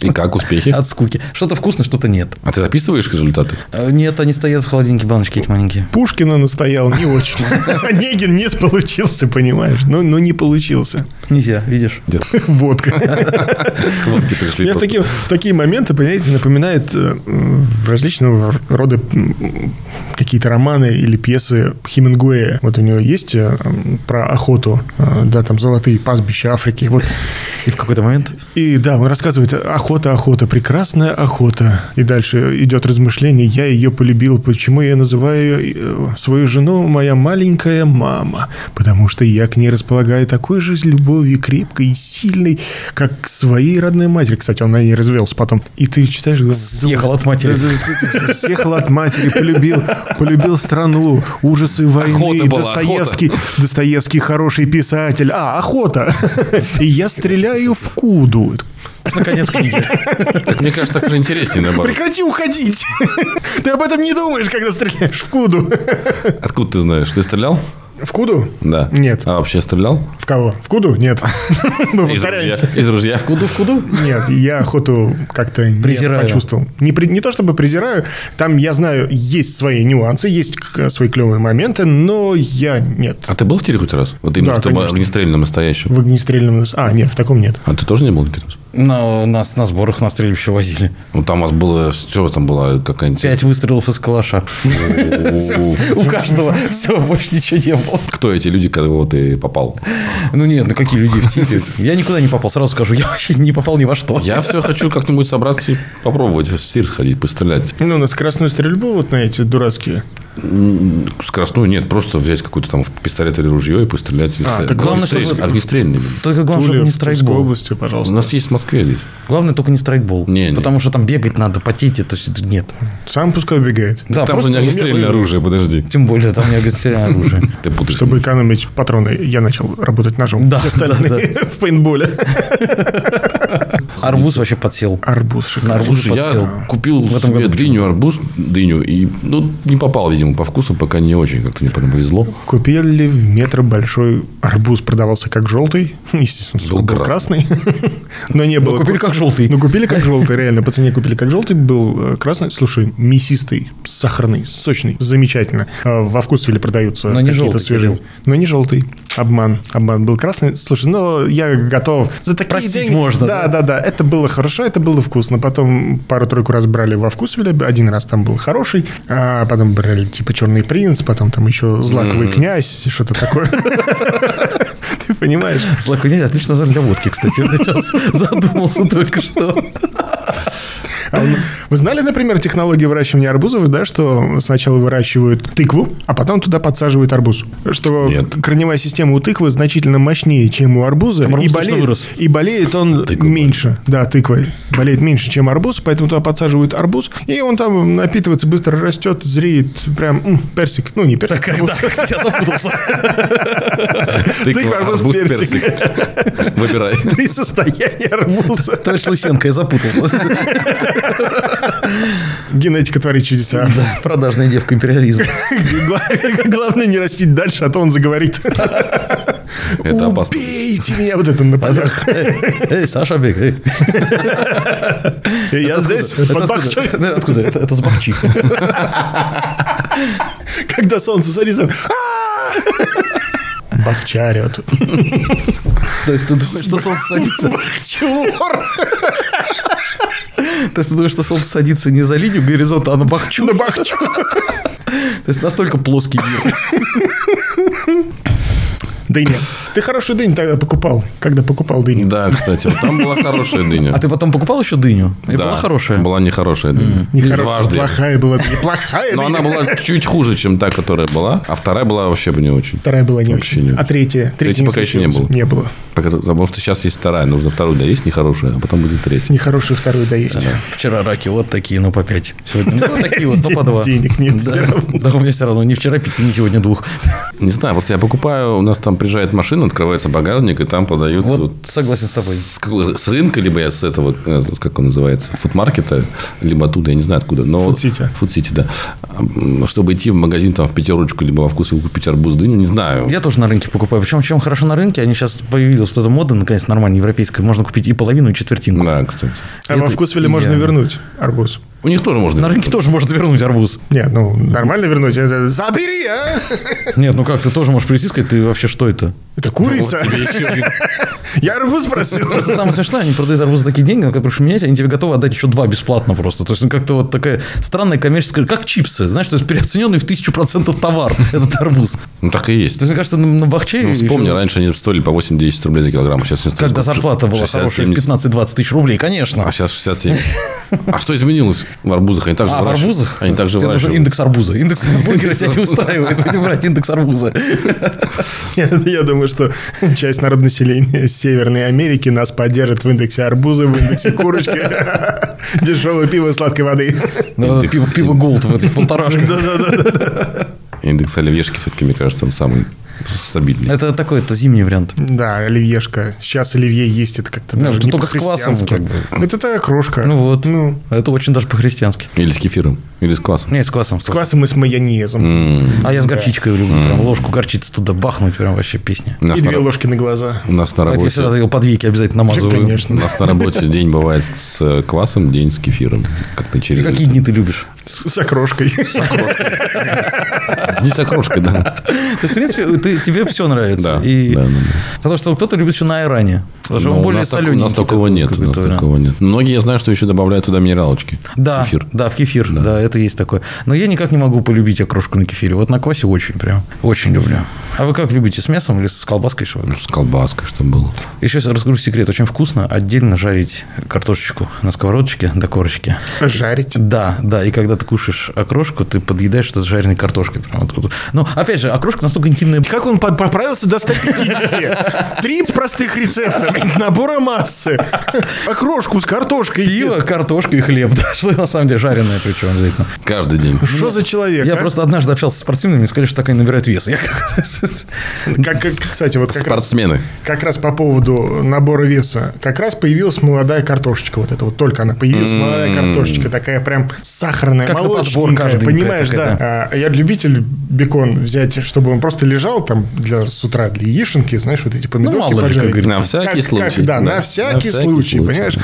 [SPEAKER 5] И как успехи?
[SPEAKER 4] От скуки. Что-то вкусно, что-то нет.
[SPEAKER 5] А ты записываешь результаты?
[SPEAKER 4] Э, Нет, они стоят в холодильнике, баночки эти маленькие.
[SPEAKER 3] Пушкина настоял не очень. Онегин не получился, понимаешь? Ну, ну не получился.
[SPEAKER 4] Нельзя, видишь.
[SPEAKER 3] Водка.
[SPEAKER 5] К водке пришли
[SPEAKER 3] Мне в
[SPEAKER 5] просто.
[SPEAKER 3] такие, в такие моменты, понимаете, напоминает э, м, различного рода м, какие-то романы или пьесы Хемингуэя. Вот у него есть э, м, про охоту, э, да, там золотые пастбища Африки. Вот
[SPEAKER 4] И в какой-то момент...
[SPEAKER 3] И да, он рассказывает, охота, охота, прекрасная охота. И дальше идет размышление, я ее полюбил, почему я называю э, свою жену моя маленькая мама, потому что я к ней располагаю такой же любовью, крепкой и сильной, как к своей родной матери. Кстати, он на ней развелся потом. И ты читаешь... думаешь,
[SPEAKER 4] Съехал от матери.
[SPEAKER 3] «Да-да-да, Съехал от матери, полюбил, полюбил страну, ужасы войны,
[SPEAKER 5] Охота была,
[SPEAKER 3] Достоевский, Достоевский хороший писатель. А, охота. И я стреляю в куду.
[SPEAKER 4] Наконец книги.
[SPEAKER 5] Так мне кажется, так же интереснее, наоборот.
[SPEAKER 3] Прекрати уходить. Ты об этом не думаешь, когда стреляешь в куду.
[SPEAKER 5] Откуда ты знаешь? Ты стрелял?
[SPEAKER 3] В куду?
[SPEAKER 5] Да.
[SPEAKER 3] Нет.
[SPEAKER 5] А вообще стрелял?
[SPEAKER 3] В кого? В куду? Нет. Мы
[SPEAKER 5] Из
[SPEAKER 3] повторяемся.
[SPEAKER 5] ружья. Из ружья.
[SPEAKER 4] Куду в куду?
[SPEAKER 3] Нет, я охоту как-то не
[SPEAKER 4] Презираю.
[SPEAKER 3] почувствовал. Не, при- не то чтобы презираю, там, я знаю, есть свои нюансы, есть к- свои клевые моменты, но я нет.
[SPEAKER 5] А ты был в тире хоть раз? Вот именно,
[SPEAKER 3] Да,
[SPEAKER 5] чтобы
[SPEAKER 3] конечно.
[SPEAKER 5] огнестрельным настоящим.
[SPEAKER 3] В огнестрельном... нас- А, нет, в таком нет.
[SPEAKER 5] А ты тоже не был, Никита?
[SPEAKER 4] На, нас на сборах на стрельбище возили.
[SPEAKER 5] Ну, там у вас было... Что там было? Какая-нибудь...
[SPEAKER 4] Пять выстрелов из калаша. Всё, У каждого все, больше ничего не было.
[SPEAKER 5] Кто эти люди, кого ты попал?
[SPEAKER 4] Ну нет, ну какие люди в типе. Я никуда не попал, сразу скажу, я вообще не попал ни во что.
[SPEAKER 5] Я все хочу как-нибудь собраться и попробовать в тир сходить, пострелять.
[SPEAKER 3] Ну, на скоростную стрельбу вот на эти дурацкие.
[SPEAKER 5] м, скоростную нет, просто взять какой-то там пистолет или ружье и пострелять.
[SPEAKER 4] А, так главное, чтобы-
[SPEAKER 5] Огнестрельный.
[SPEAKER 4] Только главное, чтобы
[SPEAKER 3] Пуля
[SPEAKER 4] не
[SPEAKER 3] в Тульской
[SPEAKER 4] страйкбол.
[SPEAKER 3] области,
[SPEAKER 5] У
[SPEAKER 3] пожалуйста.
[SPEAKER 5] нас есть в Москве здесь.
[SPEAKER 4] Главное, только не страйкбол.
[SPEAKER 5] Не, не.
[SPEAKER 4] Потому что там бегать надо, потеть, это всё- нет.
[SPEAKER 3] Сам пускай убегает.
[SPEAKER 4] Да,
[SPEAKER 5] Там же не
[SPEAKER 4] просто
[SPEAKER 5] огнестрельное оружие, подожди.
[SPEAKER 4] тем более, там не огнестрельное оружие.
[SPEAKER 5] Ты путаешь.
[SPEAKER 3] Чтобы экономить патроны, я начал работать ножом.
[SPEAKER 4] Да,
[SPEAKER 3] Все остальные
[SPEAKER 4] да,
[SPEAKER 3] в пейнтболе.
[SPEAKER 4] Арбуз вообще подсел.
[SPEAKER 3] Арбуз
[SPEAKER 4] На
[SPEAKER 3] шикарный.
[SPEAKER 4] арбуз
[SPEAKER 5] Слушай,
[SPEAKER 4] подсел.
[SPEAKER 5] я купил
[SPEAKER 4] В этом
[SPEAKER 5] себе
[SPEAKER 4] году
[SPEAKER 5] дыню, арбуз, дыню, и ну, не попал, видимо, по вкусу, пока не очень как-то мне прям повезло.
[SPEAKER 3] Купили в метро большой арбуз, продавался как желтый. Естественно,
[SPEAKER 5] Был
[SPEAKER 3] он был красный. Но не было.
[SPEAKER 4] купили как желтый.
[SPEAKER 3] Ну, купили как желтый, реально. По цене купили как желтый. Был э, красный. Слушай, мясистый, сахарный, сочный. Замечательно. А Во вкус или продаются
[SPEAKER 4] Но не
[SPEAKER 3] какие-то
[SPEAKER 4] желтый,
[SPEAKER 3] свежие.
[SPEAKER 4] Кирилл.
[SPEAKER 3] Но не желтый. Обман. Обман был красный. Слушай, ну, я готов. За такие
[SPEAKER 4] Простить
[SPEAKER 3] деньги...
[SPEAKER 4] можно,
[SPEAKER 3] Да, да, да. Это было хорошо, это было вкусно. Потом пару-тройку раз брали во вкусвиле. Один раз там был хороший. А потом брали, типа, черный принц. Потом там еще злаковый князь. Что-то такое. Ты понимаешь?
[SPEAKER 4] Злаковый князь отлично название для водки, кстати. Я сейчас задумался только что.
[SPEAKER 3] А он- Вы знали, например, технологию выращивания арбузов, да, что сначала выращивают тыкву, а потом туда подсаживают арбуз? Что
[SPEAKER 5] Нет.
[SPEAKER 3] корневая система у тыквы значительно мощнее, чем у арбуза,
[SPEAKER 4] арбуз
[SPEAKER 3] и,
[SPEAKER 4] точно вырос.
[SPEAKER 3] и болеет он меньше. Да, тыква болеет меньше, чем арбуз, поэтому туда подсаживают арбуз, и он там напитывается, быстро растет, зреет, прям м, персик. Ну, не персик. арбуз.
[SPEAKER 4] Я запутался.
[SPEAKER 5] Тыква,
[SPEAKER 3] арбуз,
[SPEAKER 5] арбуз,
[SPEAKER 3] персик.
[SPEAKER 5] персик. Выбирай.
[SPEAKER 3] Три состояния арбуза.
[SPEAKER 4] Товарищ Лысенко, я запутался.
[SPEAKER 3] Генетика творит чудеса.
[SPEAKER 4] Да, продажная девка империализма.
[SPEAKER 3] Гла- Главное не растить дальше, а то он заговорит.
[SPEAKER 5] Это опасно.
[SPEAKER 3] Убейте меня вот это на полях.
[SPEAKER 4] Эй, Саша Бек, эй.
[SPEAKER 3] Я здесь, под бахчой,
[SPEAKER 4] Да, Откуда? Это это с Бахчи.
[SPEAKER 3] когда солнце садится. «А-а-а!» Бахча орёт.
[SPEAKER 4] То есть ты думаешь, что солнце садится? То есть ты думаешь, что солнце садится не за линию горизонта, а на Бахчу?
[SPEAKER 3] На бахчу.
[SPEAKER 4] То есть настолько плоский мир.
[SPEAKER 3] Дыня. Ты хорошую дынь тогда покупал, когда покупал дыню.
[SPEAKER 5] Да, кстати, там была хорошая дыня.
[SPEAKER 4] А ты потом покупал еще дыню? И
[SPEAKER 5] Да,
[SPEAKER 4] была хорошая?
[SPEAKER 5] Была нехорошая дыня.
[SPEAKER 3] Нехорошая,
[SPEAKER 5] Дважды.
[SPEAKER 3] Плохая была дыня. Плохая
[SPEAKER 5] Но
[SPEAKER 3] дыня.
[SPEAKER 5] она была чуть хуже, чем та, которая была, а вторая была вообще бы не очень.
[SPEAKER 3] Вторая была не
[SPEAKER 5] Вообще
[SPEAKER 3] очень.
[SPEAKER 5] нет.
[SPEAKER 3] А третья?
[SPEAKER 5] Третья пока еще не
[SPEAKER 3] случилась.
[SPEAKER 5] было.
[SPEAKER 3] Не было.
[SPEAKER 5] Пока- Потому что сейчас есть вторая, нужно вторую доесть нехорошую, а потом будет третья.
[SPEAKER 3] Нехорошую вторую доесть.
[SPEAKER 4] Вчера раки вот такие, но по пять. Сегодня ну, такие вот, но по два.
[SPEAKER 3] Денег нет всё
[SPEAKER 4] Да,
[SPEAKER 3] равно.
[SPEAKER 4] Да, у меня все равно. Не вчера пяти, не сегодня двух.
[SPEAKER 5] Не знаю, просто я покупаю, у нас там приезжает машина, открывается багажник, и там подают...
[SPEAKER 4] Вот согласен с тобой.
[SPEAKER 5] С, какого- с рынка, либо я с этого, э, как он называется, фудмаркета, либо оттуда, я не знаю откуда. Но
[SPEAKER 3] Фудсити.
[SPEAKER 5] Фудсити, да. А, м, Чтобы идти в магазин там в пятерочку, либо во вкус купить арбуз, дыню, не знаю.
[SPEAKER 4] Я тоже на рынке покупаю. Причем, чем хорошо на рынке, они сейчас появилась вот эта мода, наконец, нормальная, европейская. Можно купить и половину, и четвертинку.
[SPEAKER 5] Да, кстати.
[SPEAKER 3] А во
[SPEAKER 4] Это
[SPEAKER 3] вкусвиле можно
[SPEAKER 4] идеально.
[SPEAKER 3] вернуть арбуз.
[SPEAKER 5] У них тоже можно.
[SPEAKER 4] На рынке тоже можно вернуть арбуз.
[SPEAKER 3] Нет, ну нормально вернуть. Это забери, а!
[SPEAKER 4] Нет, ну как, ты тоже можешь прийти и сказать, ты вообще что это?
[SPEAKER 5] Ну,
[SPEAKER 3] Это курица. Я арбуз просил.
[SPEAKER 4] Просто самое смешное, они продают арбуз за такие деньги, на которые менять, они тебе готовы отдать еще два бесплатно просто. То есть, ну, как-то вот такая странная коммерческая... Как чипсы, знаешь, то есть, переоцененный в тысячу процентов товар, этот арбуз. То
[SPEAKER 5] Ну, так и есть.
[SPEAKER 4] есть, мне кажется, на, на Бахче...
[SPEAKER 5] Ну,
[SPEAKER 4] еще-
[SPEAKER 5] вспомни, раньше они стоили по 8-10 рублей за килограмм, а сейчас они стоят
[SPEAKER 4] Когда
[SPEAKER 5] сколько?
[SPEAKER 4] зарплата была
[SPEAKER 5] 60,
[SPEAKER 4] хорошая, в
[SPEAKER 5] 70.
[SPEAKER 4] 15-20 тысяч рублей, конечно.
[SPEAKER 5] А сейчас 67. А что изменилось в арбузах? Они также
[SPEAKER 4] А в
[SPEAKER 5] выращивают.
[SPEAKER 4] арбузах?
[SPEAKER 5] Они также
[SPEAKER 4] Тебе нужен
[SPEAKER 5] выращивают.
[SPEAKER 4] индекс арбуза. Индекс бургера тебя не устраивает. Будем брать индекс арбуза.
[SPEAKER 3] Нет, Я думаю, что часть народонаселения Северной Америки нас поддержит в индексе арбуза, в индексе курочки, дешевого пива, сладкой воды.
[SPEAKER 4] Да,
[SPEAKER 5] Индекс-
[SPEAKER 4] Пиво пиво голд в этих полторашках.
[SPEAKER 5] Индекс оливьешки все-таки, мне кажется, он самый стабильный.
[SPEAKER 4] Это такой, это зимний вариант.
[SPEAKER 3] Да, оливьешка. Сейчас оливье есть, это как-то
[SPEAKER 4] Да,
[SPEAKER 3] даже
[SPEAKER 4] это
[SPEAKER 3] не
[SPEAKER 4] только с квасом,
[SPEAKER 3] по-христиански.
[SPEAKER 4] как бы.
[SPEAKER 3] Это такая крошка.
[SPEAKER 4] Ну вот.
[SPEAKER 3] Ну,
[SPEAKER 4] Это очень даже по-христиански.
[SPEAKER 5] Или с кефиром, или с квасом.
[SPEAKER 4] Не, с квасом. с
[SPEAKER 3] с квасом и с майонезом.
[SPEAKER 5] М,
[SPEAKER 4] А я с горчичкой люблю. Прям ложку горчицы туда бахнуть, прям вообще песня.
[SPEAKER 5] У нас
[SPEAKER 3] И
[SPEAKER 5] на
[SPEAKER 3] две
[SPEAKER 5] ра-
[SPEAKER 3] ложки на глаза.
[SPEAKER 5] у нас на
[SPEAKER 4] Это я всегда
[SPEAKER 5] работе...
[SPEAKER 4] его под веки обязательно намазываю.
[SPEAKER 5] У
[SPEAKER 3] Конечно.
[SPEAKER 5] нас на работе день бывает с э, квасом, день с кефиром. Как-то
[SPEAKER 4] И
[SPEAKER 5] через...
[SPEAKER 4] какие дни ты любишь?
[SPEAKER 3] С, с окрошкой.
[SPEAKER 5] Не с окрошкой, да.
[SPEAKER 4] То есть, в принципе, ты- тебе все нравится.
[SPEAKER 5] Да,
[SPEAKER 4] И-
[SPEAKER 5] да, да,
[SPEAKER 4] Потому что кто-то любит еще на Иране. Потому что
[SPEAKER 5] Но
[SPEAKER 4] он
[SPEAKER 5] у
[SPEAKER 4] более
[SPEAKER 5] нас так-
[SPEAKER 4] солененький.
[SPEAKER 5] У нас такого
[SPEAKER 4] такой
[SPEAKER 5] нет. У нас
[SPEAKER 4] какой-то, да.
[SPEAKER 5] такого нет. Многие, я знаю, что еще добавляют туда минералочки.
[SPEAKER 4] Да,
[SPEAKER 5] Кефир.
[SPEAKER 4] да, в кефир, да. это есть такое. Но я никак не могу полюбить окрошку на кефире. Вот на квасе очень прям, очень люблю. А вы как любите, с мясом или с колбаской? Еще,
[SPEAKER 5] С колбаской, что было.
[SPEAKER 4] Еще сейчас расскажу секрет. Очень вкусно отдельно жарить картошечку на сковородочке до корочки.
[SPEAKER 3] Жарить.
[SPEAKER 4] Да, да, и когда когда ты кушаешь окрошку, ты подъедаешь это с жареной картошкой. Прям вот- вот. Но, опять же, окрошка настолько интимная...
[SPEAKER 3] Как он по- поправился до 150? Три простых рецепта. Набора массы. Окрошку с картошкой.
[SPEAKER 4] Пиво, картошка и хлеб, да, что на самом деле жареное причем обязательно.
[SPEAKER 5] Каждый день.
[SPEAKER 3] Что за человек?
[SPEAKER 4] Ну, Я
[SPEAKER 3] а?
[SPEAKER 4] просто однажды общался с спортивными, и сказали, что так они набирают вес. Я как-
[SPEAKER 3] Как- как- кстати, вот как раз,
[SPEAKER 5] Спортсмены.
[SPEAKER 3] как раз по поводу набора веса. Как раз появилась молодая картошечка. Вот это вот только она появилась. Молодая картошечка. Такая прям сахарная,
[SPEAKER 4] М-м. Как на подбор
[SPEAKER 3] молочненькая.
[SPEAKER 4] кажденькая
[SPEAKER 3] Понимаешь,
[SPEAKER 4] такая,
[SPEAKER 3] да. А, Я любитель бекон взять, чтобы он просто лежал там для, с утра для яишенки. Знаешь, вот эти помидорки
[SPEAKER 4] Ну, мало ли, как
[SPEAKER 3] поджарить.
[SPEAKER 4] говорится.
[SPEAKER 5] На всякий
[SPEAKER 3] Как- как-
[SPEAKER 5] случай.
[SPEAKER 3] да, на всякий случай, понимаешь?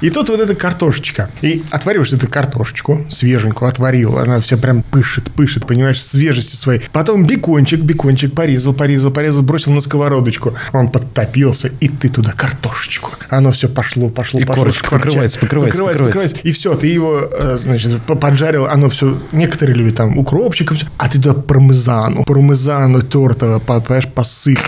[SPEAKER 3] И тут вот эта картошечка. И отвариваешь эту картошечку, свеженькую, отварил. Она вся прям пышет, пышет, понимаешь, свежестью своей. Потом бекончик, бекончик порезал, порезал, порезал, бросил на сковородочку. Он подтопился, и ты туда картошечку. Оно все пошло, пошло,
[SPEAKER 4] И
[SPEAKER 3] пошло.
[SPEAKER 4] корочка
[SPEAKER 3] шкварча.
[SPEAKER 4] покрывается, покрывается, покрывается.
[SPEAKER 3] И все, ты его, э, значит, п- поджарил. Оно все, некоторые любят там укропчиком, всё. а ты туда пармезану, пармезану тертого, по- понимаешь, посыпал.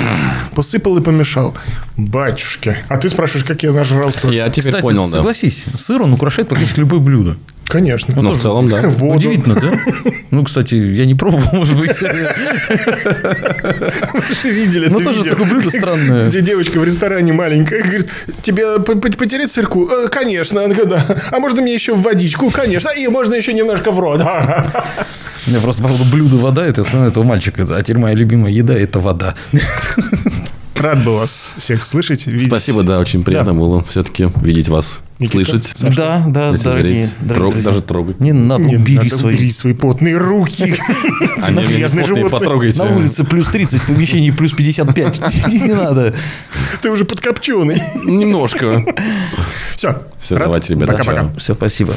[SPEAKER 3] Посыпал и помешал. Батюшки. А ты спрашиваешь, как я нажрал столько?
[SPEAKER 5] Я теперь
[SPEAKER 4] Кстати,
[SPEAKER 5] понял, да.
[SPEAKER 4] согласись, сыр он украшает практически любое блюдо.
[SPEAKER 3] Конечно. А
[SPEAKER 5] Ну, в целом, да.
[SPEAKER 3] Воду.
[SPEAKER 4] Удивительно, да? Ну, кстати, я не пробовал, может быть.
[SPEAKER 3] видели.
[SPEAKER 4] Ну,
[SPEAKER 3] ты
[SPEAKER 4] тоже
[SPEAKER 3] видел.
[SPEAKER 4] такое блюдо странное.
[SPEAKER 3] Где девочка в ресторане маленькая, говорит, тебе по- по- потереть сырку? «Э, Конечно. Она говорит, «Да». А можно мне еще в водичку? Конечно. И можно еще немножко в рот.
[SPEAKER 4] Я просто, правда, блюдо вода, это я вспоминаю этого мальчика. А теперь моя любимая еда – это вода.
[SPEAKER 3] Рад был вас всех слышать. видеть.
[SPEAKER 5] Спасибо, да, очень приятно было все-таки видеть вас, слышать.
[SPEAKER 6] Да, да,
[SPEAKER 5] лицезреть,
[SPEAKER 6] дорогие, дорогие
[SPEAKER 5] трог-
[SPEAKER 6] друзья.
[SPEAKER 5] даже трогать.
[SPEAKER 4] Не надо,
[SPEAKER 3] Не
[SPEAKER 4] убери
[SPEAKER 3] надо,
[SPEAKER 4] свои.
[SPEAKER 3] убери свои потные руки.
[SPEAKER 5] Они меня не
[SPEAKER 3] грязные
[SPEAKER 5] потные,
[SPEAKER 3] животные.
[SPEAKER 5] потрогайте.
[SPEAKER 6] На улице плюс 30, в помещении плюс 55. Не надо.
[SPEAKER 3] Ты уже подкопченый.
[SPEAKER 5] Немножко.
[SPEAKER 3] Все.
[SPEAKER 5] Все, давайте, ребята.
[SPEAKER 3] Пока-пока.
[SPEAKER 5] чао.
[SPEAKER 6] Все, спасибо.